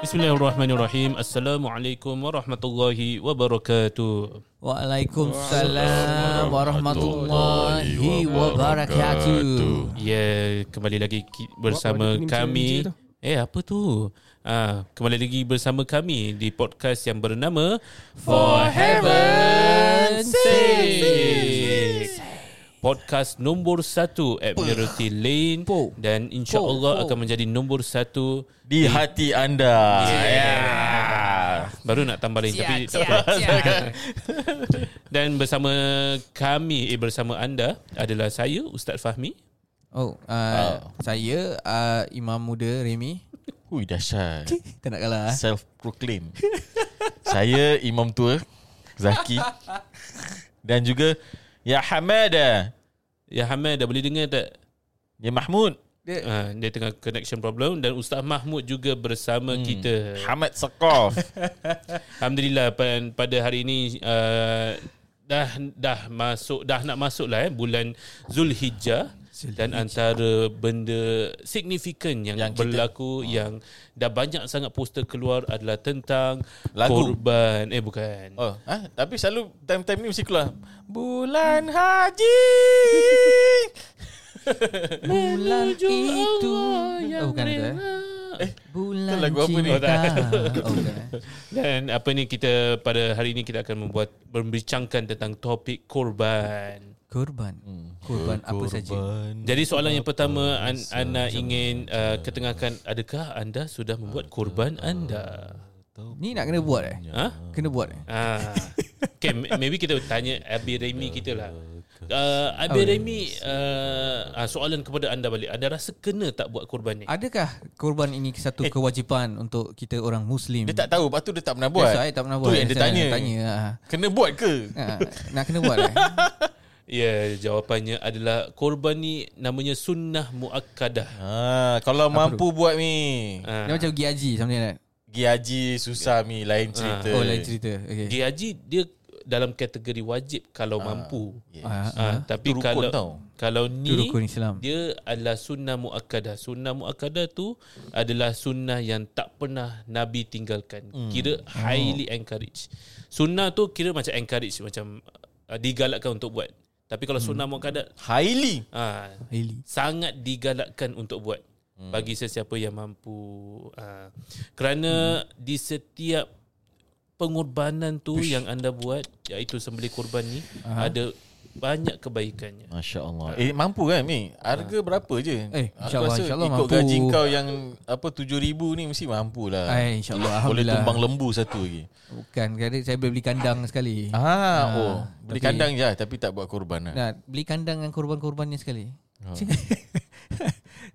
Bismillahirrahmanirrahim. Assalamualaikum warahmatullahi wabarakatuh. Waalaikumsalam warahmatullahi wabarakatuh. Ya, yeah, kembali lagi ki- bersama Buat- buat kami. macam- macam Eh, apa tu? Ah, kembali lagi bersama kami di podcast yang bernama For Heaven's Sake. Podcast nombor satu Admiralty Lane Po. dan insya-Allah Po. akan menjadi nombor satu Di hati anda. Yeah. Yeah. baru nak tambah lagi tapi tak apa. Dan bersama kami eh, bersama anda adalah saya Ustaz Fahmi. Oh, uh, Ah. saya uh, imam muda Remy. Hui dahsyat. Tak nak kalah. eh. Self proclaim. Saya imam tua Zaki dan juga Ya Hamada, Ya Hamid dah boleh dengar tak? Ya Mahmud, Ha, dia tengah connection problem dan Ustaz Mahmud juga bersama hmm. kita. Hamad Sakov. Alhamdulillah pada, pada hari ini uh, dah dah masuk dah nak masuk lah eh bulan Zulhijjah. Dan antara benda signifikan yang, yang Hmm. Yang kita- berlaku yang dah banyak sangat poster keluar adalah tentang Lagu. korban eh bukan Oh, ha? tapi selalu time-time ni mesti keluar Bulan Haji. Bulan itu. Oh, bukan itu. eh. eh Bulan tu lagu apa ni? cinta. Oh, tak. Oh, bukan, eh. Dan apa ni kita pada hari ini kita akan membuat membincangkan tentang topik korban. Kurban. Hmm. Kurban apa saja. Jadi soalan yang pertama an, Ana ingin uh, ketengahkan adakah anda sudah membuat korban anda? Ni nak kena buat eh? Ha? Kena buat eh? Ah. Okay, m- maybe kita tanya Abi Remy kita lah. Oh, Uh, Abi Remy uh, ah, soalan kepada anda balik. Anda rasa kena tak buat korban ni? Adakah kurban ini satu kewajipan untuk kita orang Muslim? Eh. Dia tak tahu, lepas tu dia tak pernah buat. That's why tak pernah buat. Tu yang dia Saya tanya. tanya. ah. Kena buat ke? Ah, Nak kena buat eh? Ya, yeah, jawapannya adalah korban ni namanya sunnah muakkadah. Ha, kalau mampu buat ni. Dia macam pergi haji something like that. Pergi haji susah mi lain Ah. cerita. Oh lain cerita. Okay. Pergi haji dia dalam kategori wajib kalau mampu. Yes. Ah, ah. Ah, tapi Itu rukun kalau tau. kalau Itu ni rukun Islam. dia adalah sunnah muakkadah. Sunnah muakkadah tu adalah sunnah yang tak pernah Nabi tinggalkan. Kira highly encourage. Sunnah tu kira macam encourage macam uh, digalakkan untuk buat. Tapi kalau sunnah muakkadah Highly. ah Really? sangat digalakkan untuk buat bagi sesiapa yang mampu. Ah, kerana di setiap pengorbanan tu yang anda buat iaitu sembelih korban ni ada banyak kebaikannya. Masya Allah Eh mampu kan Mi Harga berapa je Eh, Aku insyaAllah, rasa insyaAllah ikut mampu. gaji kau yang Apa 7,000 ni Mesti mampu lah Ay, InsyaAllah Boleh Alhamdulillah tumbang lembu satu lagi Bukan kadang saya boleh beli kandang sekali Ah, oh Beli tapi- kandang je lah, Tapi tak buat korban lah Nah, Beli kandang dengan korban-korbannya sekali Oh. Ah.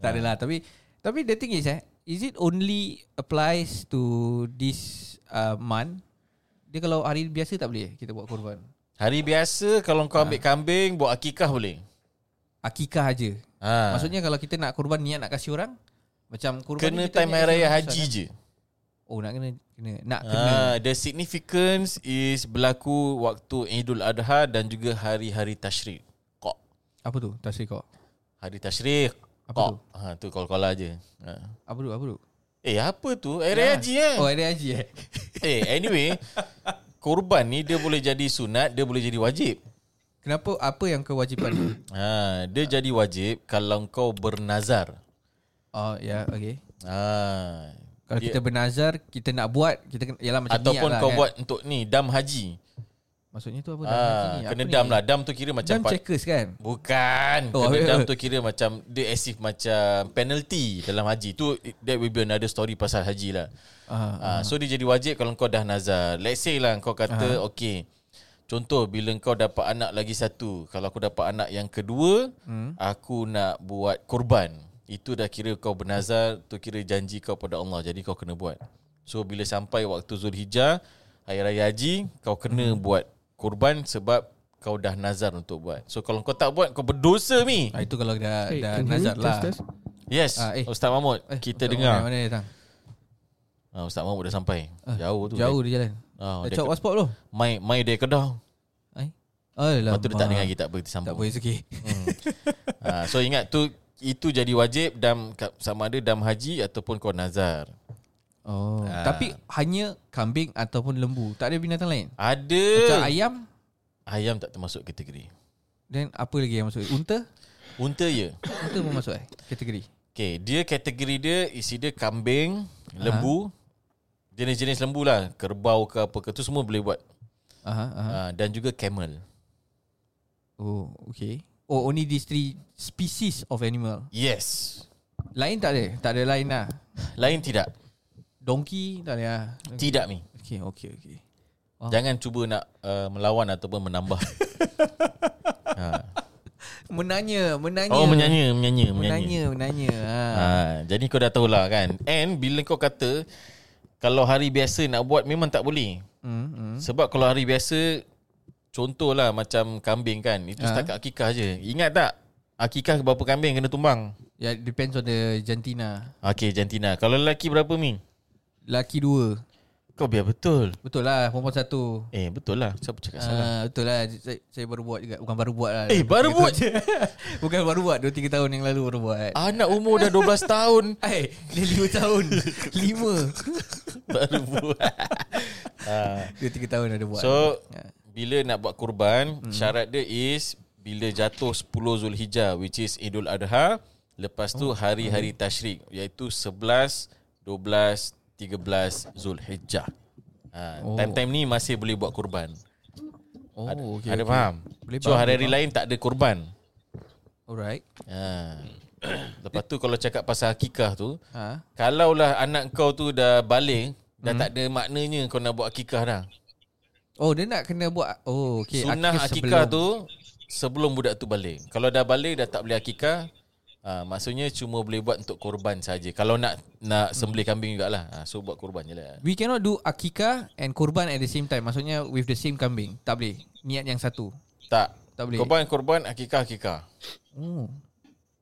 Tak adalah Tapi Tapi the thing is eh Is it only applies to this uh, month Dia kalau hari biasa tak boleh Kita buat korban Hari biasa Kalau kau Ah. ambil kambing Buat akikah boleh Akikah aja ha. Maksudnya kalau kita nak korban Niat nak kasih orang Macam korban ni Kena kita time niat kasih hari raya orang haji besar, je kan? Oh nak kena, kena Nak kena ha, The significance is Berlaku waktu Idul Adha Dan juga hari-hari tashrik Kok Apa tu Tasri kau Hari tashrik Apa tu? Kok ha, Tu kol-kol aja ha. Apa tu Apa tu Eh apa tu Hari raya haji kan Oh hari raya haji eh Eh anyway Korban ni dia boleh jadi sunat Dia boleh jadi wajib Kenapa Apa yang kewajipan tu ha, Dia jadi wajib Kalau kau bernazar Oh ya yeah, okay ha, Kalau dia, kita bernazar Kita nak buat kita kena, Yalah macam Ataupun niat lah, kau kan? buat untuk ni Dam haji Maksudnya tu apa dalam haji ha, ni? Kena Apa dam ni? lah Dam tu kira macam Dam part- checkers kan Bukan Oh, Kena habis- dam tu kira macam Dia as if macam Penalty dalam haji tu That will be another story Pasal haji lah Ah, Ah, so dia jadi wajib kalau kau dah nazar. Let's say lah kau kata okey. Contoh bila kau dapat anak lagi satu, kalau aku dapat anak yang kedua, hmm. aku nak buat korban. Itu dah kira kau bernazar, tu kira janji kau pada Allah. Jadi kau kena buat. So bila sampai waktu Zulhijjah, hari raya haji, kau kena hmm. buat korban sebab kau dah nazar untuk buat. So kalau kau tak buat, kau berdosa mi. Ah, Itu kalau dah, Hey, dah can you nazar test, lah test? Yes, Ah, eh. Ustaz Mahmud, Eh, kita Ustaz dengar. Mahmud Mana dia datang Ah, Ustaz Mahmud dah sampai. Jauh tu. Jauh dia jalan Ah, Dah dia cakap ke- WhatsApp tu Mai mai dia kedah. Ay. Alah, Lepas tu dia tak dengar lagi Tak apa kita Hmm. Tak sambung boleh sikit ha, So ingat tu Itu jadi wajib dam Sama ada dam haji Ataupun kau nazar Oh. Ah. Tapi hanya kambing ataupun lembu. Tak ada binatang lain. Ada Macam ayam ayam tak termasuk kategori. dan apa lagi yang masuk? Unta? Unta ya. Unta pun masuk eh kategori. Okay, dia kategori dia isi dia kambing, lembu, jenis-jenis lembu lah, kerbau ke apa ke tu semua boleh buat. Aha, aha. Ah, dan juga camel. Oh, okay. Oh, only these three species of animal. Yes. Lain tak ada? Tak ada lain lah. Lain tidak. Donkey tak ada lah. Tidak ni. Okay, okay, okay. Oh. Jangan cuba nak uh, melawan ataupun menambah. Menanya, menanya. Oh, menyanyi, menyanyi, menyanyi. Menanya, menanya. Ha. Ha, jadi kau dah tahulah kan. And bila kau kata kalau hari biasa nak buat memang tak boleh. Hmm, hmm. Sebab kalau hari biasa contohlah macam kambing kan. Itu Ha. setakat akikah je. Ingat tak? Akikah berapa kambing kena tumbang? Yeah, Ya, depends on the jantina. Okey, jantina. Kalau lelaki berapa mi? Laki dua. Kau biar betul. Betul lah, perempuan satu. Eh, betul lah. Siapa cakap salah? Ah, betul lah saya, saya baru buat juga Bukan baru buat lah Eh, Dua, baru tiga buat? tahun je. Bukan baru buat 2-3 tahun yang lalu baru buat Anak umur dah 12 tahun Eh dia 5 tahun 5 baru buat. ha. 2-3 tahun ada buat So Ya. bila nak buat kurban, hmm. syarat dia is bila jatuh 10 Zulhijjah which is Idul Adha, lepas Oh. tu hari-hari Hmm. tasyrik iaitu 11, 12, 13 Zulhijjah. Ha, Oh. time-time ni masih boleh buat kurban. Oh Ada, okay, ada okay. faham? Boleh so faham, hari-hari lain tak ada kurban. Alright Hmm. Ha. Lepas tu kalau cakap pasal akikah tu, ha. kalaulah anak kau tu dah balik, dah Hmm. tak ada maknanya kau nak buat akikah dah. Oh dia nak kena buat Oh okay Sunnah sebelum. akikah tu sebelum budak tu balik. Kalau dah balik dah tak boleh akikah, ah, maksudnya cuma boleh buat untuk korban saja. Kalau nak nak sembelih kambing jugalah. Ah, so buat korban je lah. We cannot do akikah and kurban at the same time Maksudnya with the same kambing Tak boleh Niat yang satu Tak. Tak boleh Korban korban akikah akikah. oh.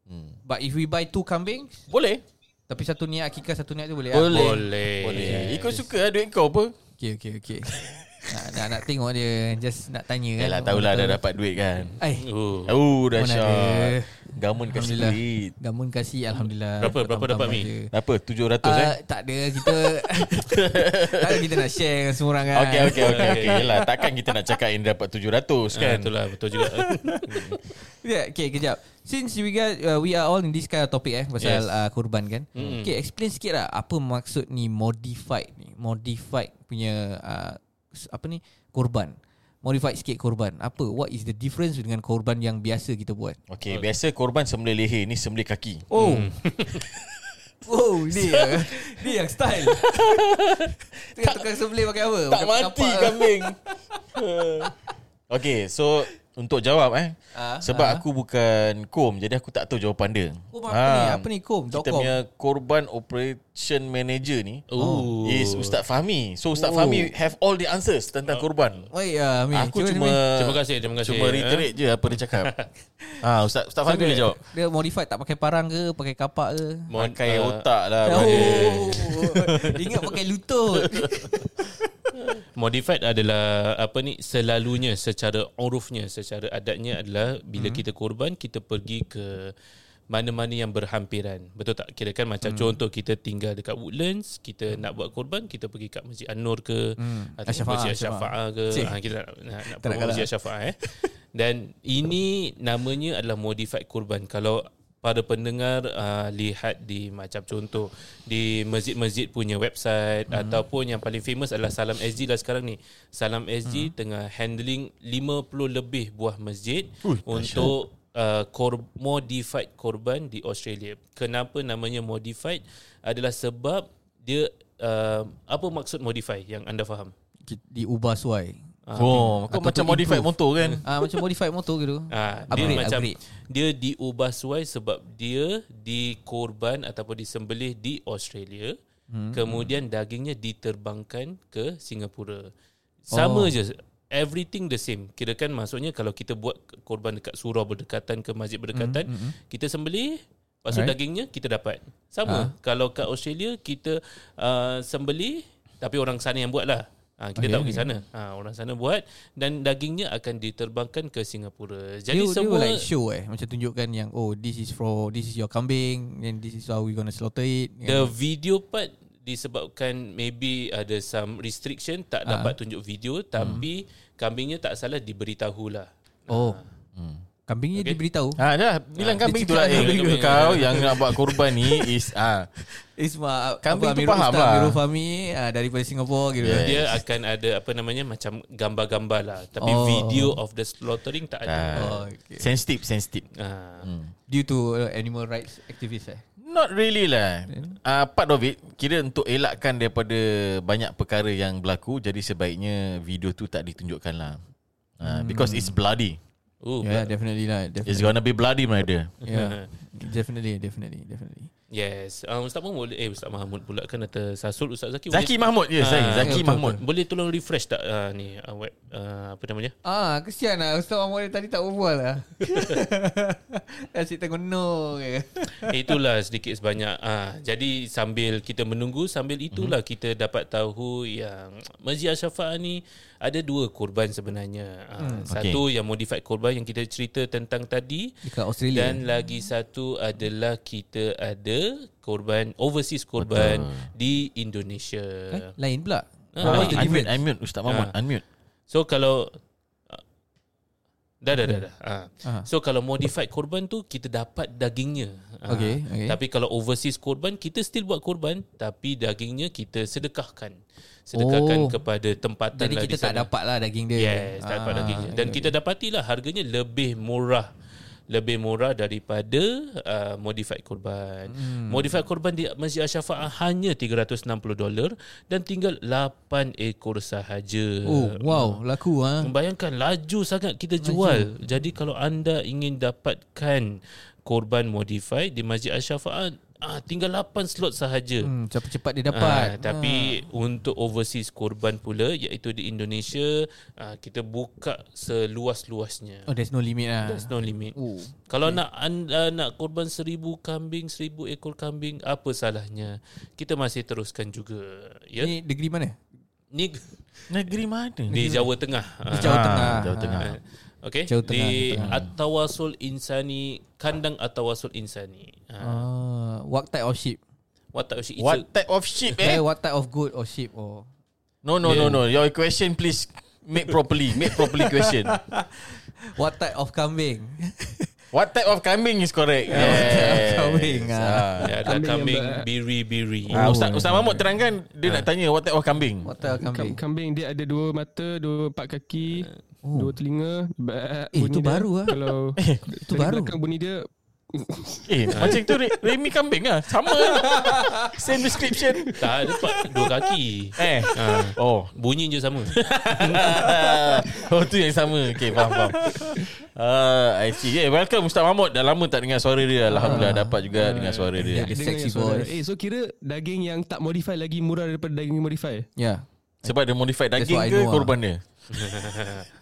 Hmm. But if we buy two kambing Boleh. Tapi satu niat akikah Satu niat tu boleh ah? Boleh. Boleh. Boleh. Ikut suka lah duit kau apa? Okay okay okay nak, nak, nak tengok dia Just nak tanya Yalah tahulah dah dapat duit kan. Eh Oh. Oh Mana ada. dahsyat. Gamun kasih Alhamdulillah. duit. Gamun kasih Alhamdulillah Berapa- berapa Pertama-tama dapat, Mi? je. Apa 700 eh? Uh, tak ada kita Tak ada kita nak share dengan semua orang kan Okey okey okey okey. Yalah takkan kita nak cakap yang dia dapat 700 Kan kan. itulah betul juga. yeah, Okay kejap Since we got uh, We are all in this kind of topic eh Pasal yes. Yes. uh, kurban kan mm. Okay explain sikit lah Apa maksud ni Modified ni Modified punya uh, s- Apa ni Kurban Modified sikit kurban Apa What is the difference Dengan kurban yang biasa kita buat Okey, biasa korban sembelih leher, ni sembelih kaki. Oh Oh dia Dia yang style Tengah tukang sembelih pakai apa eh. Tak pakai lah. mati kambing. Okey, so untuk jawab eh. Ah, sebab aku bukan kom, jadi aku tak tahu jawapan dia. Kom Oh, apa ni? Ah. Apa ni kom? Kita .com? punya korban operation manager ni Oh. is Ustaz Fahmi. So Ustaz Fahmi have all the answers Oh. tentang korban. Wait, uh, Min, Aku cuba, cuma Min. Terima kasih, terima kasih. Cuma reiterate je apa dia cakap. eh. ah, Ustaz Ustaz Fahmi boleh jawab. Dia modified tak pakai parang ke Pakai kapak ke Mon- Pakai ah, otak lah Oh, brother. Ingat pakai lutut Modified adalah apa ni selalunya secara urufnya, secara adatnya adalah bila kita korban kita pergi ke mana-mana yang berhampiran. Betul tak? Kira kan macam contoh kita tinggal dekat Woodlands, kita nak buat korban, kita pergi kat Masjid An-Nur ke atau Al-Shafaah, Masjid Al-Shafaah. Asy-Syafaah ke. Cik. Ha, kita nak nak, nak Tak nak promote kalah. Masjid Asy-Syafaah eh. Dan ini namanya adalah modified korban. Kalau para pendengar uh, lihat di macam contoh di masjid-masjid punya Mhm. website hmm. ataupun yang paling famous adalah Salam SG lah sekarang ni. Salam Mhm. SG hmm. tengah handling 50 lebih buah masjid Uy, untuk uh, kor- modified korban di Australia. Kenapa namanya modified adalah sebab dia uh, apa maksud modify yang anda faham? Diubah suai Oh, kau Atau macam tu modified improve. motor kan? Ah Macam modified motor gitu Ah, dia Upgrade, macam upgrade. dia diubah suai sebab dia dikorban ataupun disembelih di Australia. Hmm. Kemudian dagingnya diterbangkan ke Singapura. Sama oh. je everything the same. Kirakan maksudnya kalau kita buat korban dekat surau berdekatan ke masjid berdekatan, hmm. kita sembelih Lepas tu Alright. Ha. dagingnya kita dapat. Sama. Kalau kat Australia kita uh, sembelih tapi orang sana yang buat lah. Ha, kita Okay, okay, tak pergi okay. sana. Ha, orang sana buat dan dagingnya akan diterbangkan ke Singapura. Jadi Jadi dia, semua semua like show eh Macam tunjukkan yang Oh this is for This is your kambing And this is how we gonna slaughter it the video part disebabkan maybe ada some restriction tak uh. dapat tunjuk video tapi kambingnya tak salah diberitahulah. Oh. Kambingnya okay. diberitahu. Ha dah bilang Ha, kambing dia tu lah cakap eh, kambing. kau yang nak buat korban ni is ah Isma Kambing tu uh, Amirul faham Ustaz lah. Amirul Fahmi ah, daripada Singapura gitu. Yeah. Dia akan ada apa namanya macam gambar-gambar lah tapi Oh. oh. video of the slaughtering tak ada. Ah. Oh, okay. sensitive sensitive. Ah. Due to uh, animal rights activists eh. Not really lah. Uh, part of it kira untuk elakkan daripada banyak perkara yang berlaku jadi sebaiknya video tu tak ditunjukkan lah. Uh, because it's bloody. Oh, Yeah, definitely lah. It's Definitely. gonna be bloody my dear. Yeah. definitely, definitely, definitely. Yes. Uh, Ustaz Mahmud boleh eh Ustaz Mahmud pula kan kata Sasul Ustaz Zaki. Zaki Mahmud ya, Ah, yeah, Zaki betul, Mahmud. Boleh, boleh tolong refresh tak uh, ni uh, web uh, apa namanya? Ah, kesian lah. Ustaz Mahmud tadi tak berbual lah. Asyik tengok no je. Itulah sedikit sebanyak. Ah, jadi sambil kita menunggu sambil itulah mm-hmm. kita dapat tahu yang Masjid Asyafa ni ada dua korban sebenarnya. Ah, mm. Satu yang modified korban yang kita cerita tentang tadi Dekat Australia. dan lagi satu adalah kita ada korban overseas korban Betul. di Indonesia. Eh, lain pula. Ah, What was the unmute, difference? unmute Ustaz Mahmud, unmute. So kalau ah, Dah dah dah dah. Ha. Aha. So kalau modified korban tu kita dapat dagingnya. Ah, Okay, okay. Tapi kalau overseas korban kita still buat korban tapi dagingnya kita sedekahkan. Sedekahkan Oh. oh. kepada tempatan Jadi lah kita di tak sana. dapat Ah, lah daging dia. Yes, tak dapat dagingnya. Dan kita dapatilah harganya lebih murah lebih murah daripada uh, modified korban. Hmm. Modified korban di Masjid Asy-Syafaah hanya 360 dolar dan tinggal 8 ekor sahaja. Oh, wow. Laku ha. Bayangkan laju sangat kita jual. Jadi kalau anda ingin dapatkan korban modified di Masjid Asy-Syafaah, ah, tinggal 8 slot sahaja. Hmm, cepat-cepat Ah, dia dapat. tapi untuk overseas korban pula iaitu di Indonesia ah, kita buka seluas-luasnya. Oh, there's no limit lah. There's no limit. Oh. Kalau nak anda nak korban seribu kambing, seribu ekor kambing, apa salahnya? Kita masih teruskan juga. Ya. Ni negeri mana? Ni Negeri mana? di Jawa Tengah. Di Ah. Jawa Ah, Tengah. Jawa Tengah. Ah. Okey. Jauh tengah, Di jauh tengah. Atawasul Insani, kandang Atawasul Insani. Ha. Ah, what type of sheep? What type of shit? What type of sheep Eh, eh? what type of goat or sheep or No no no no. Your question please make properly. Make properly question. what type of kambing? What type of kambing is correct? Yeah, what type of kambing, ah. Ah. Ya, ada Kambing kambing yang ber- biri-biri. Ah, Ustaz, Ustaz Mahmud terangkan dia Ah. nak tanya what type of kambing. what type of Kambing. kambing? kambing dia ada dua mata, dua empat kaki, oh. dua telinga. Ba- Eh, bunyi tu dia baru ah. Kalau Eh, tu dari baru. belakang bunyi dia Eh, Ah. macam tu Re- Remy kambing lah. Sama lah. Same description. Tak ada empat, dua kaki. Eh. ah. Oh. Bunyi je sama. oh tu yang sama Okay faham faham uh, I see yeah, Welcome Ustaz Mahmud Dah lama tak dengar suara dia Alhamdulillah Ah. dapat juga Dengar suara dia The dengar sexy yang suara. voice. Eh, so kira daging yang tak modify lagi murah daripada daging modify. Yeah. Sebab dia modified That's daging what I ke know, ah. Korban dia Ya.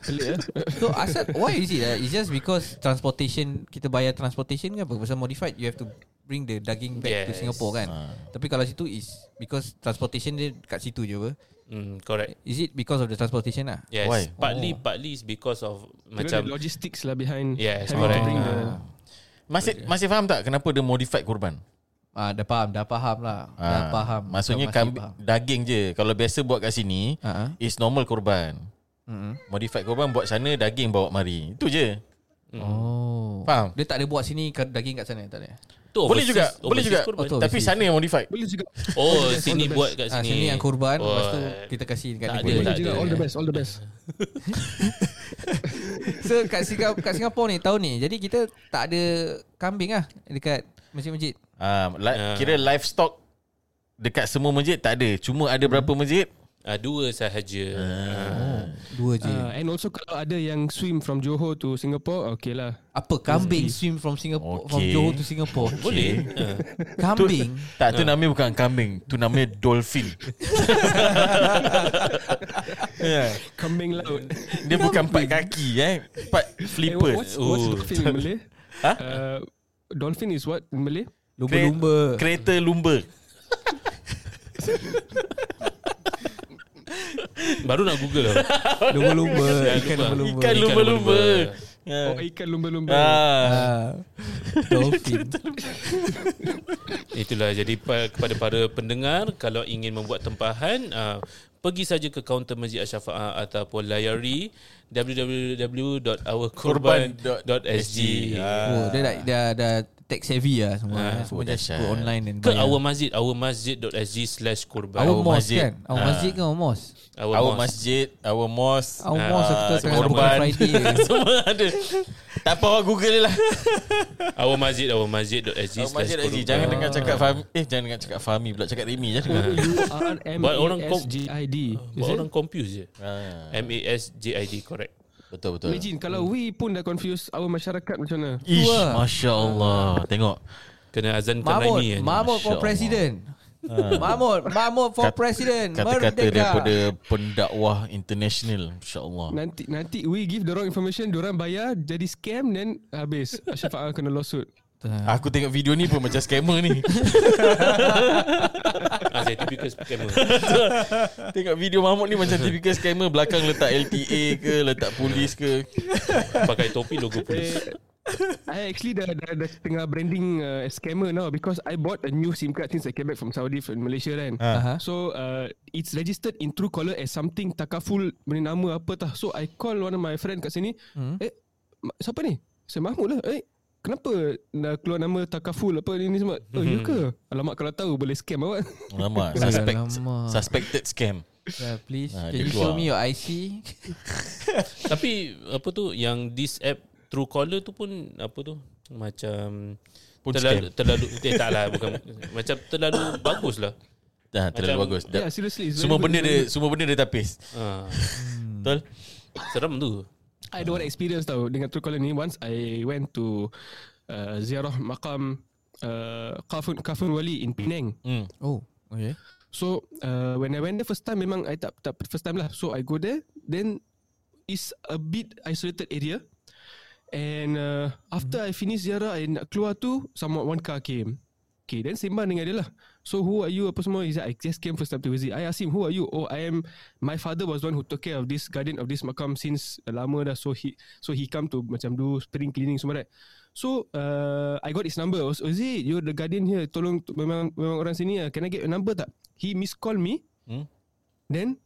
Pelik lah. So asal why is it? Uh, it's just because transportation kita bayar transportation ke apa pasal modified you have to bring the daging back to Yes. Singapore kan. Ah. Tapi kalau situ is because transportation dia kat situ je apa. Hmm, correct. Is it because of the transportation lah? Yes. Why? Partly partly is because of Macam macam logistics lah behind. Yes, having to correct. Ah. bring the- Masih masih faham tak Kenapa dia modified korban Ah dah faham, dah faham lah. dah Ah, faham. Maksudnya Dah masih kambing, faham. daging je Kalau biasa buat kat sini Ha ah. It's normal korban Mm-mm. Modified korban buat sana Daging bawa mari Itu je Mm. Oh. Faham? Dia tak ada buat sini ke- daging kat sana tak ada. tu Boleh juga overseas- Boleh juga overseas korban. Oh, tu Tapi overseas. sana yang modified Boleh juga. Oh, sini buat kat Ah sini. sini yang korban oh. Oh. lepas tu kita kasih dekat Tak negeri. ada, Boleh tak juga. ada. All the best, all the best. So kat Singapura, kat Singapura ni tahun ni jadi kita tak ada kambing lah dekat masjid-masjid. Ah, li- Ah. Kira livestock Dekat semua masjid tak ada Cuma ada berapa masjid Ah, dua sahaja. Ah, Dua je. Uh, and also kalau ada yang swim from Johor to Singapore, okay lah. Apa kambing swim from Singapore from Okay. Johor to Singapore? Boleh. Ah. Kambing. Tak tu namanya bukan kambing Tu namanya dolphin yeah. Kambing laut. Dia bukan empat kaki eh Empat Eh, flipper what's, what's Oh. dolphin in Malay? Ha? Uh, dolphin is what in Malay? Lumba-lumba. Oh. Kereta lumba Baru nak Google lah. Lumba-lumba. Ikan Ikan lumba. lumba-lumba. Ikan lumba-lumba Uh. lumba-lumba. Ya. Oh, ikan lumba-lumba. Ah. Ah. Dolphin Itulah jadi pa- kepada para pendengar kalau ingin membuat tempahan uh, pergi saja ke kaunter Masjid Asy-Syafaah ataupun layari www.ourkorban.sg Ah. Oh, dia dah, dah, dah tech savvy lah semua. Ah, semua oh, just dahsyat. go online dan ke our masjid ourmasjid.sg/korban Our Our mosque masjid. kan? Our Ah. masjid kan our mosque? Our masjid, our mosque. Our Ah, mosque aku tak sangat bukan korban. Friday. semua ada Tak apa awak Google lah. our masjid ourmasjid.sg Our masjid Aziz. Jangan dengar cakap Fahmi. Eh jangan dengar cakap Fahmi pula cakap Remy je. lah. Ah. Buat orang kom- R-M-E-S-G-I-D buat orang confuse je Ah, M A S J I D correct betul betul. Imagine kalau we pun dah confuse Our masyarakat macam mana Ish, Wah. Masya Allah. Tengok. kena azankan Mahmud, Aini kan Mahmud for Masya president. Mahmud, Mahmud for Kat- president. Kata-kata Merdeka. daripada pendakwah international. Masya Allah. Nanti nanti we give the wrong information Diorang bayar Jadi scam Then habis Syafaat kena lawsuit Aku tengok video ni pun macam scammer ni. ah, saya typical scammer tengok video Mahmud ni macam typical scammer. Belakang letak LTA ke, letak polis ke. pakai topi logo polis I actually dah, dah, dah tengah branding uh, as scammer now because I bought a new SIM card since I came back from Saudi from Malaysia kan. Aha. So uh, it's registered in Truecaller as something takaful benda nama apa tah. So I call one of my friend kat sini. Hmm. Eh ma- siapa ni? Saya Mahmud lah. Eh kenapa dah keluar nama takaful apa ni, ni semua? Mhm. Oh you ke? Alamak kalau tahu boleh scam awak. Lama. Suspect, Alamak. suspected scam. Yeah, please. Ah, Can dia you show keluar. me your IC? Tapi apa tu yang this app Truecaller tu pun apa tu macam Pun terlalu terlalu eh, tak lah bukan macam terlalu bagus lah. Dah, terlalu Macam- bagus. Dah, yeah, Ya, seriously. it's very semua good, benda very dia semua benda dia tapis. Ha, Betul? seram tu. I don't want experience tau dengan Truecaller ni. Once I went to uh, ziarah makam uh, Kafun Kafun Wali in Penang. Hmm. Oh, okay. So uh, when I went there first time memang I tak tak first time lah. So I go there then is a bit isolated area. And uh, after I finish ziarah I nak keluar tu someone one car came. Okay, then sembang dengan dia lah. So who are you apa semua? He's like, I just came first time to visit. I asked him, who are you? Oh, I am my father was the one who took care of this garden of this makam since lama dah. So he so he come to macam do spring cleaning semua right. So uh, I got his number. Oh, is it you the guardian here? Tolong t- memang memang orang sini. ah. Can I get your number tak? He miss call me. Hmm. Then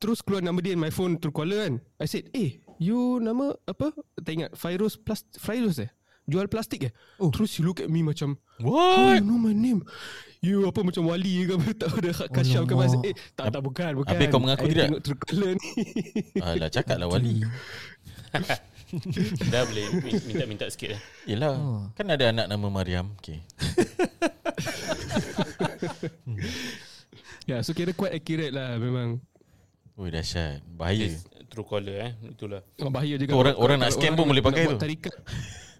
terus keluar nama dia in my phone through caller kan. I said, "Eh, you nama apa? Tak ingat. Fairuz plus Fairuz eh. Jual plastik eh." Oh. Terus he look at me macam How What? you know my name? You apa macam wali ke apa tak Oh, ada Kak Kasyaf ke Alamak. Mas. Eh, tak tak bukan bukan. Habis kau mengaku I tidak? Kan? Tengok through caller ni. Alah, cakap lah wali. Dah boleh mi- minta-minta sikit lah. Yelah Oh. Kan ada anak nama Mariam okay. yeah, Ya, so kira quite accurate lah memang. Ui dahsyat Bahaya Yes, Truecaller eh itulah. Oh, bahaya juga. Orang- Kalau- orang kalau nak scam pun boleh pakai nak buat tu. Tarikat.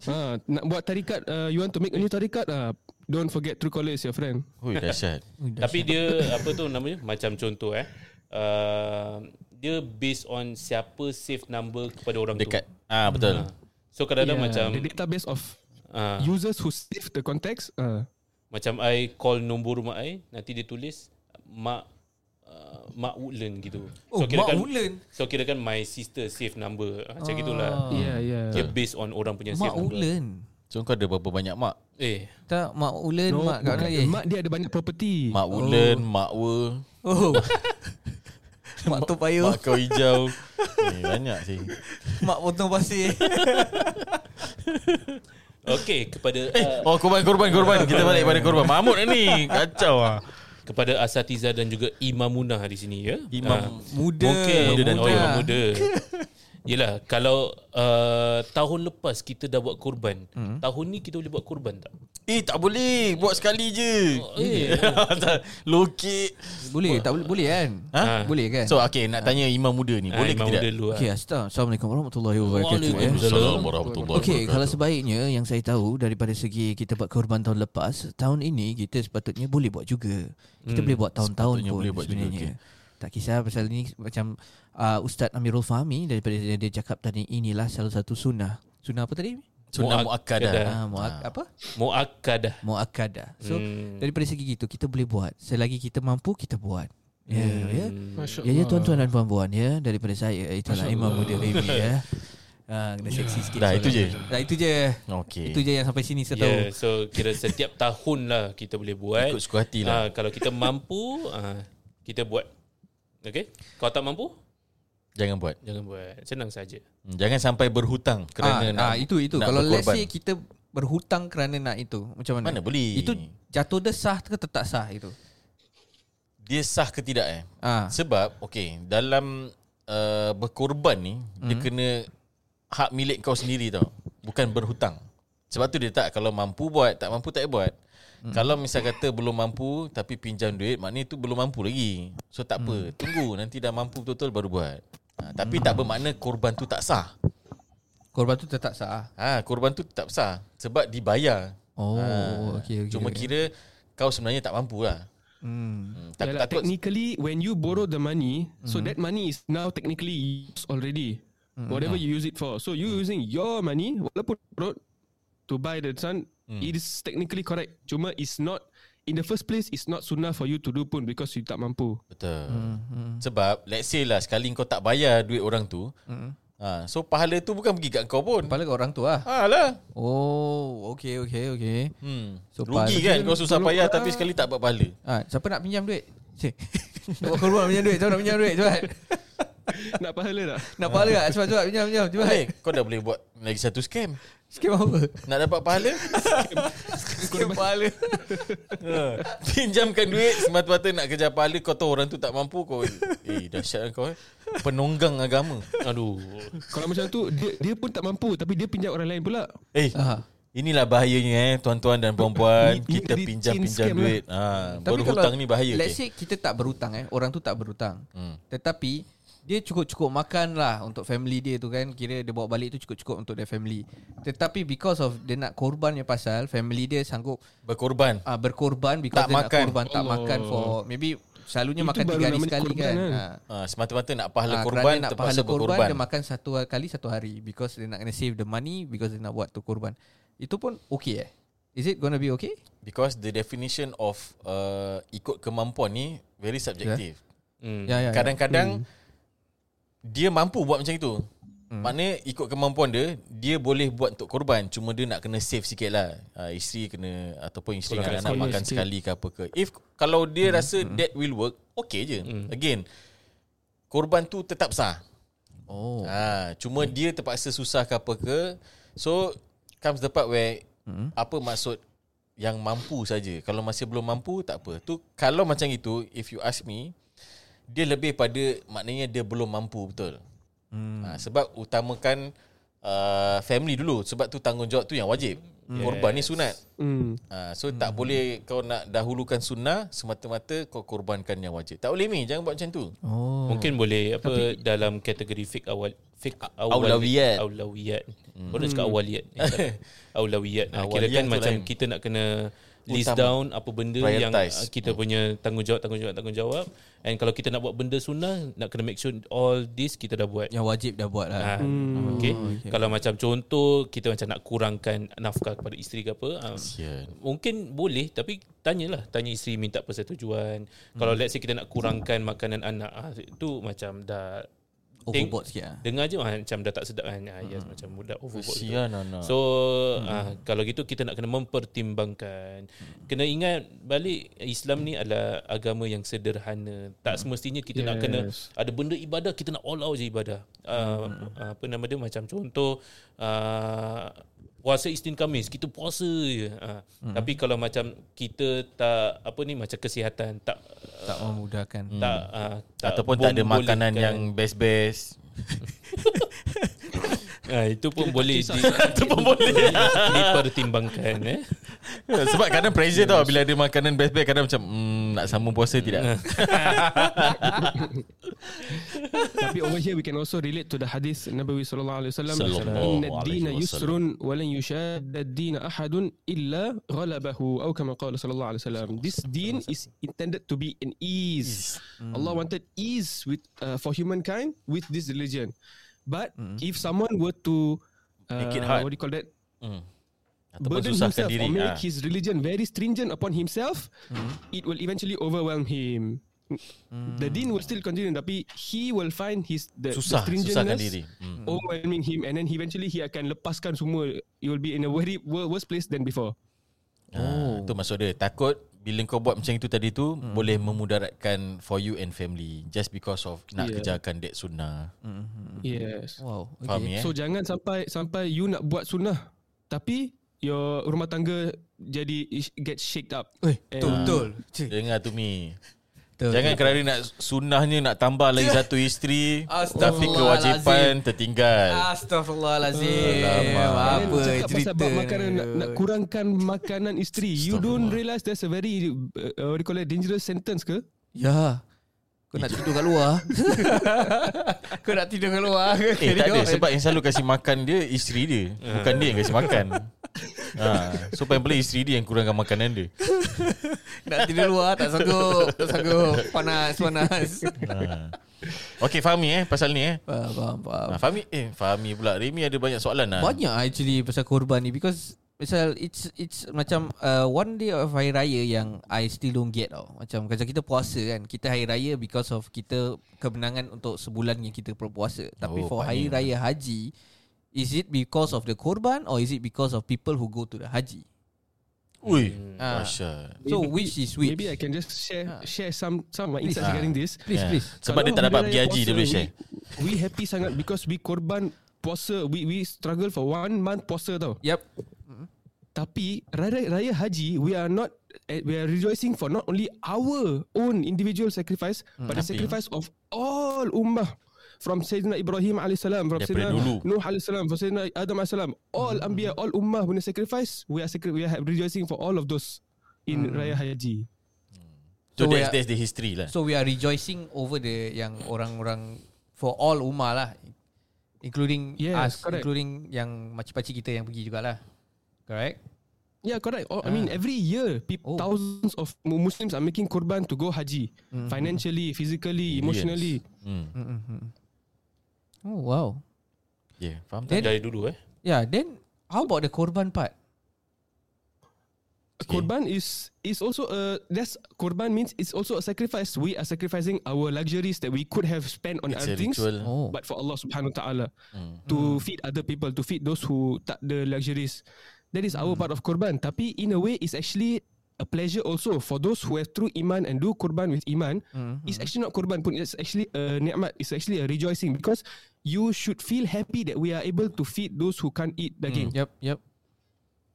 ha, nak buat tarikat, uh, you want to make a new tarikat, uh, don't forget Truecaller is your friend. Ui dahsyat Tapi dia apa tu namanya? Macam contoh eh. Uh, dia based on siapa save number kepada orang Dekat Ya, tu. Ah betul So kadang-kadang yeah, macam the database of uh, Ah. users who save the contacts. Uh, macam I call nombor rumah I nanti dia tulis mak uh, mak Woodland gitu. Oh, Mak Woodland? So kirakan my sister save number. Ah, Macam gitulah. yeah, yeah. Dia based on orang punya Mak save number. Ulen. So kau ada berapa banyak mak? Eh, Tak, Mak Ulen, No, Mak kat bukan. mana lagi? Mak dia ada banyak property. Mak Ulen, Mak Wa Oh. Mak tu payuh, Mak kau hijau eh, Banyak sih Mak potong pasir. okay kepada Eh uh, oh korban korban korban Kita balik pada korban Mahmud ni Kacau lah kepada asatiza dan juga imamunah di sini ya. Ah. Imam Muda. Mungkin Muda dan oh, tua. imam muda. Yelah kalau uh, tahun lepas kita dah buat kurban, hmm. tahun ni kita boleh buat kurban tak? Eh tak boleh Buat sekali je Eh, Lokit Boleh, tak boleh, boleh kan? Ha? Boleh kan? So okay nak tanya imam muda ni ah, Boleh ke imam muda tidak? dulu. Okay, Okay. Assalamualaikum warahmatullahi wabarakatuh. eh. Assalamualaikum warahmatullahi Okey, wabarakatuh. kalau sebaiknya yang saya tahu daripada segi kita buat korban tahun lepas, tahun ini kita sepatutnya boleh buat juga. Kita Hmm. boleh buat tahun-tahun sepatutnya pun boleh buat juga, sebenarnya. Tak kisah pasal ni macam uh, Ustaz Amirul Fahmi daripada dia, dia cakap tadi inilah salah satu sunnah. Sunnah apa tadi? Sunnah muakkadah Ah, muak, apa? Muakkadah. Muakkadah. So Hmm. daripada segi itu kita boleh buat. Selagi kita mampu kita buat. Ya, Hmm. ya. Masya eh, Ya, ya tuan-tuan dan puan-puan ya daripada saya itulah imam muda Remy ya. Ah, kena seksi sikit. Dah, itu je. Dah itu je. Okey. Ya, Itu je yang sampai sini saya tahu. Yeah, so kira setiap tahun lah kita boleh buat. Ikut suka hati lah. Ah, kalau kita mampu, ah, kita buat. Okay? Kalau tak mampu, Jangan buat. jangan buat. Senang saja. Hmm, Jangan sampai berhutang ah, kerana nak ah, itu itu nak kalau let's berkorban. say kita berhutang kerana nak itu macam mana? Mana boleh? Itu jatuh dia sah ke tetap sah itu? dia sah ke tidak eh? Ah. Sebab okey, dalam uh, berkorban ni mm. Hmm. dia kena hak milik kau sendiri tau, bukan berhutang. Sebab tu dia tak kalau mampu buat, tak mampu tak buat. Hmm. Mm. Kalau misal kata belum mampu tapi pinjam duit, maknanya tu belum mampu lagi. So tak apa, Hmm. tunggu nanti dah mampu betul-betul baru buat. Ha, tapi tak bermakna korban tu tak sah. Korban tu tetap sah. ah. Ha, korban tu tak sah sebab dibayar. Oh, Ah, okey okey. Cuma kira kau sebenarnya tak mampu lah. Hmm. Hmm, Tak, takut, takut technically when you borrow the money, so that money is now technically used already. Mm-hmm. Whatever you use it for. So you using your money walaupun borrowed to buy the son, it is technically correct. Cuma it's not in the first place it's not sunnah for you to do pun because you tak mampu. Betul. Hmm, hmm. Sebab let's say lah sekali kau tak bayar duit orang tu, hmm. ha, so pahala tu bukan pergi kat kau pun. Kepala kat orang tu lah. Ha lah. Oh, okey okey okey. Hmm. So, So, Rugi pahala- kan kau susah lah. payah tapi sekali tak buat pahala. Ah, siapa nak pinjam duit? Cik. Nak buat korban pinjam duit. Siapa nak pinjam duit? Cepat. Nak pahala tak? Nak pahala tak? Cepat cepat pinjam pinjam. Cepat. Boleh, kau dah boleh buat lagi satu scam. Skim apa? Nak dapat pahala, Skim pahala. ha, pinjamkan duit semata-mata nak kerja pahala. Kau tahu orang tu tak mampu kau. Eh, dahsyat lah kau eh. Penunggang agama. Aduh. Kalau macam tu dia, dia pun tak mampu tapi dia pinjam orang lain pula. Eh, Ah. inilah bahayanya eh tuan-tuan dan puan-puan. Ni- ni Kita jadi chain pinjam-pinjam scam duit. Ha, berhutang ni bahaya. lah. Let's say Okey. kita tak berhutang eh, orang tu tak berhutang. Hmm. Hmm. Tetapi dia cukup-cukup makan lah untuk family dia tu kan. Kira dia bawa balik tu cukup-cukup untuk dia family. Tetapi because of dia nak korban yang pasal, family dia sanggup Berkorban. uh, berkorban because Tak dia makan. nak korban tak Allah. makan for maybe selalunya Itu makan baru tiga hari namanya sekali korban kan. kan. Ah. Ha, semata-mata nak pahala Ah, ha, kerana korban nak terpaksa berkorban. Dia makan satu kali satu hari because dia nak kena save the money because dia nak buat tu korban. Itu pun okay eh. Is it gonna be okay? Because the definition of uh, ikut kemampuan ni very subjective. Hmm. Ya ya. ya. Kadang-kadang dia mampu buat macam itu. Maknanya ikut kemampuan dia, dia boleh buat untuk korban. Cuma dia nak kena save sikit lah. Ha, isteri kena, ataupun isteri Kurangkan dengan anak sekali makan sikit. sekali ke apa ke. If kalau dia rasa that will work, okay je. Hmm. Again, korban tu tetap sah. Oh. Ha, cuma dia terpaksa susah ke apa ke. So comes the part where hmm? apa maksud yang mampu saja. Kalau masih belum mampu tak apa. Tu kalau macam itu if you ask me dia lebih pada maknanya dia belum mampu betul. Hmm. Ha, sebab utamakan uh, family dulu sebab tu tanggungjawab tu yang wajib. Hmm. Korban ni sunat. Hmm. Ha, so tak boleh kau nak dahulukan sunnah semata-mata kau korbankan yang wajib. Tak boleh ni, jangan buat macam tu. Oh. Mungkin boleh apa dalam kategori fik awal fik awal, Aulawiyat. aulawiyat. Hmm. Baru nak cakap awaliyat. Eh, tak. aulawiyat. Ah, kira Awaliyat kan tu macam lain. kita nak kena list Utama. Hmm. down apa benda yang Prioritise. ah, kita punya tanggungjawab tanggungjawab tanggungjawab and kalau kita nak buat benda sunnah nak kena make sure all this kita dah buat. Yang wajib dah buat lah. Ah, Ha. Okay. Kalau macam contoh kita macam nak kurangkan nafkah kepada isteri ke apa, ha, Sian. mungkin boleh tapi tanyalah, tanya isteri minta persetujuan. Kalau let's say kita nak kurangkan makanan anak, ha, itu macam dah Overboard sikit lah. dengar je ah, macam dah tak sedap kan. Ha, yes, macam mudah overboard gitu. Kesian anak. So Hmm. ah, kalau gitu kita nak kena mempertimbangkan. Kena ingat balik Islam ni adalah agama yang sederhana. Hmm. Tak semestinya kita nak kena ada benda ibadah kita nak all out je ibadah. Ah, Hmm. apa nama dia macam contoh ah, puasa Isnin Khamis kita puasa je. Ah, Hmm. Tapi kalau macam kita tak apa ni macam kesihatan tak Tak memudahkan. tak ah, tak Hmm. Ataupun tak ada makanan membolehkan. yang best-best Ah, itu pun boleh di, itu pun boleh dipertimbangkan eh. Sebab kadang pressure tau Bila ada makanan best-best Kadang macam mm, Nak sambung puasa tidak Tapi over here we can also relate to the hadith Nabi sallallahu alaihi wasallam Sallallahu inna alaihi ad-dina wasallam. yusrun wa lan yushadda ad-dina ahadun illa ghalabahu aw kama qala sallallahu alaihi wasallam this deen is intended to be an ease Hmm. Allah Hmm. wanted ease with uh, for humankind with this religion but Hmm. if someone were to uh, Make it hard. what do you call that mm. Ataupun burden susahkan himself diri or ha. Hmm. make his religion very stringent upon himself it will eventually overwhelm him The deen will still continue tapi he will find his the, Hmm. Susah Susahkan the stringentness diri hmm. overwhelming him and then eventually he akan lepaskan semua you will be in a very wor- worse place than before Oh. tu maksud dia Takut bila kau buat macam itu tadi tu hmm. Boleh memudaratkan for you and family Just because of nak Yeah. kerjakan dek sunnah Hmm. yes Wow. Okay. Faham ni eh so jangan sampai sampai you nak buat sunnah tapi your rumah tangga jadi ish- get shaked up Eh, betul, betul. Cik. Dengar tu Mi Betul. Jangan kerana nak sunnahnya Nak tambah lagi satu isteri Tapi Astaghfirullahalazim. kewajipan tertinggal Astaghfirullahalazim. Alamak. Apa And then cakap cerita pasal bab makanan ni? nak, nak kurangkan makanan isteri you don't realise there's a very uh, what do you call it dangerous sentence ke Ya. Kau nak tidur kat luar. Kau nak tidur kat luar. Eh tak ada Sebab yang selalu kasih makan dia Isteri dia Bukan dia yang kasih makan ha. So paling boleh isteri dia Yang kurangkan makanan dia nak tidur luar tak sanggup. Tak sanggup. Panas, panas. ha. Okay Fahmi eh Pasal ni eh Faham, faham, faham. ha, Fahmi Eh Fahmi pula Remy ada banyak soalan lah Banyak actually pasal korban ni because Misal it's it's macam uh, one day of hari raya yang I still don't get tau. Macam kalau kita puasa kan, kita hari raya because of kita kemenangan untuk sebulan yang kita berpuasa. Tapi Oh, oh, for hari raya panik. haji, is it because of the korban or is it because of people who go to the haji? Ui Hmm. Ha. Ah. Masya So Maybe- which is which? maybe I can just share Ah. share some some of my insights Ah. regarding this please Yeah. please. Sebab dia Kalau tak dapat hari pergi raya haji Dia puasa, boleh share we, we happy sangat because we korban puasa we we struggle for one month puasa tau Yep. tapi raya, raya haji we are not eh, we are rejoicing for not only our own individual sacrifice but Hmm, the Tapi- sacrifice of all ummah from Sayyidina Ibrahim AS from Daripada Sayyidina dulu. Hmm. Nuh AS from Sayyidina Adam AS all anbiya all ummah punya sacrifice we are sacri- we are rejoicing for all of those Hmm. in raya haji So, So we that's, ya. are- that's the history lah So we are rejoicing over the yang orang-orang for all ummah lah. Including Yes, us, correct. including yang makcik-pakcik kita yang pergi jugalah. Correct? Yeah, correct. Or, I mean, Ah. every year, people, Oh. thousands of mu- Muslims are making kurban to go haji, Mm-hmm. financially, physically, emotionally. hmm. Mm-hmm. Oh wow. Ya, Yeah faham tak? Then- Dari dulu eh Yeah, then how about the korban part? Okay. Kurban is is also a that's kurban means it's also a sacrifice. We are sacrificing our luxuries that we could have spent on It's a other things, ritual Oh. but for Allah Subhanahu Wa Taala Hmm. to feed other people, to feed those who tak the luxuries. That is Hmm. our part of kurban. Tapi in a way, it's actually a pleasure also for those who have true iman and do kurban with iman. Mm. Hmm. It's actually not korban pun It's actually a ni'mat It's actually a rejoicing Because you should feel happy That we are able to feed Those who can't eat daging Yep, yep.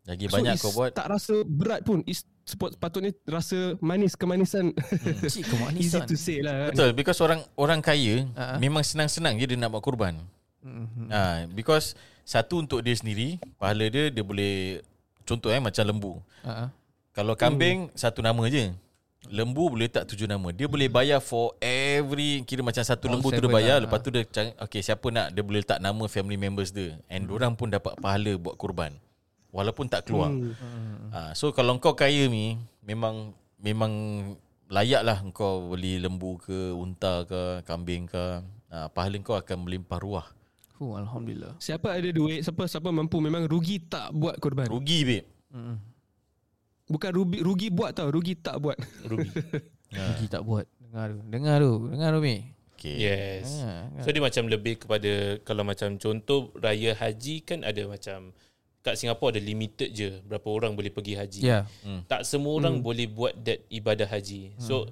Lagi banyak it's kau buat Tak rasa berat pun It's sepat- patutnya rasa manis kemanisan Mm-hmm. Cik kemanisan. Easy to say lah kan. Betul because orang orang kaya Ah. Ha. uh-huh. memang senang-senang je dia nak buat korban. Hmm. Mhm. Ha because satu untuk dia sendiri, pahala dia dia boleh contoh eh macam lembu. Uh-huh. Kalau kambing hmm. satu nama je. Lembu boleh tak tujuh nama. Dia boleh bayar for every kira macam satu All lembu tu dia seven bayar, lah. lepas tu dia cang- okay siapa nak dia boleh letak nama family members dia and orang pun dapat pahala buat korban. Walaupun tak keluar. Hmm. Ha, so kalau kau kaya ni memang memang layaklah kau beli lembu ke unta ke kambing ke ha, pahala kau akan melimpah ruah. Oh, alhamdulillah. Siapa ada duit Siapa siapa mampu Memang rugi tak buat korban Rugi babe. Mm-hmm. Bukan rugi, rugi buat tau Rugi tak buat Ruby Pergi tak buat. Dengar tu. Dengar tu. Dengar tu, Mi. Okay. Yes Ha, So dia macam lebih kepada Kalau macam contoh Raya haji kan ada macam Kat Singapura ada limited je Berapa orang boleh pergi haji Yeah. Hmm. Tak semua orang boleh buat that ibadah haji So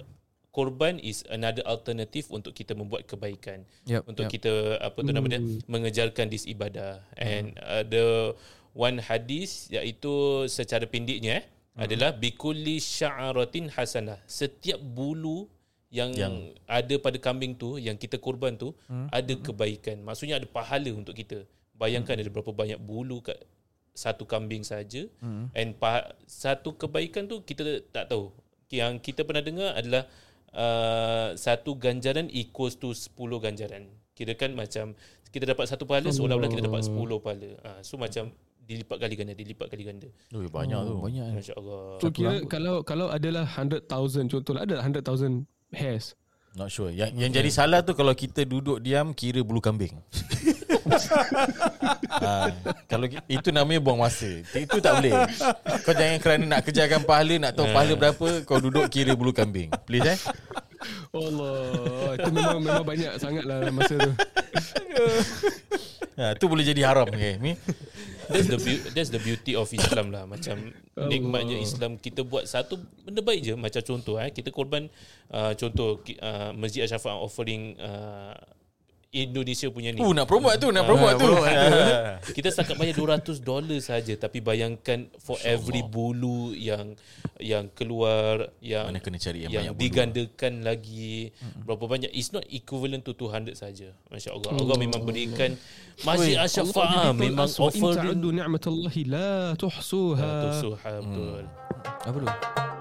Korban is another alternative Untuk kita membuat kebaikan Yep, Untuk yep. kita Apa tu nama dia Mengejarkan this ibadah And ada One hadis Iaitu Secara pendeknya eh Adalah Bikulli sya'aratin hasanah Setiap bulu yang, yang ada pada kambing tu yang kita korban tu Mm-hmm. ada kebaikan maksudnya ada pahala untuk kita bayangkan ada berapa banyak bulu kat satu kambing saja hmm. Mm-hmm. and pa- satu kebaikan tu kita tak tahu yang kita pernah dengar adalah uh, satu ganjaran equals to 10 ganjaran kirakan macam kita dapat satu pahala seolah-olah kita dapat 10 pahala uh, so macam dilipat kali ganda dilipat kali ganda Ui, banyak tu. Banyak. eh. masya-Allah So kira kalau Kalau adalah 100,000 Contoh lah Ada 100,000 hairs Not sure. Yang, yang jadi salah tu kalau kita duduk diam kira bulu kambing. ha, kalau ki- itu namanya buang masa. Itu tak boleh. Kau jangan kerana nak kerjakan pahala, nak tahu pahala berapa, kau duduk kira bulu kambing. Please eh. Allah Itu memang memang banyak sangat lah masa tu Ha, tu boleh jadi haram okay, Mi. That's the be- that's the beauty of Islam lah. Macam nikmatnya Islam kita buat satu benda baik je. Macam contoh eh kita korban uh, contoh ki- uh, Masjid Ashrafah offering uh, Indonesia punya ni. Uh, nak promote tu, nak promote tu. Ha. Kita setakat bayar 200 dolar saja tapi bayangkan for every bulu yang yang keluar yang Mana kena cari yang yang banyak bulu. digandakan lagi berapa banyak it's not equivalent to 200 saja masya-Allah Allah memang berikan Masjid Asy-Syafaah memang offer offering ni'matallahi la tuhsuha Betul, Suha, betul. Apa tu?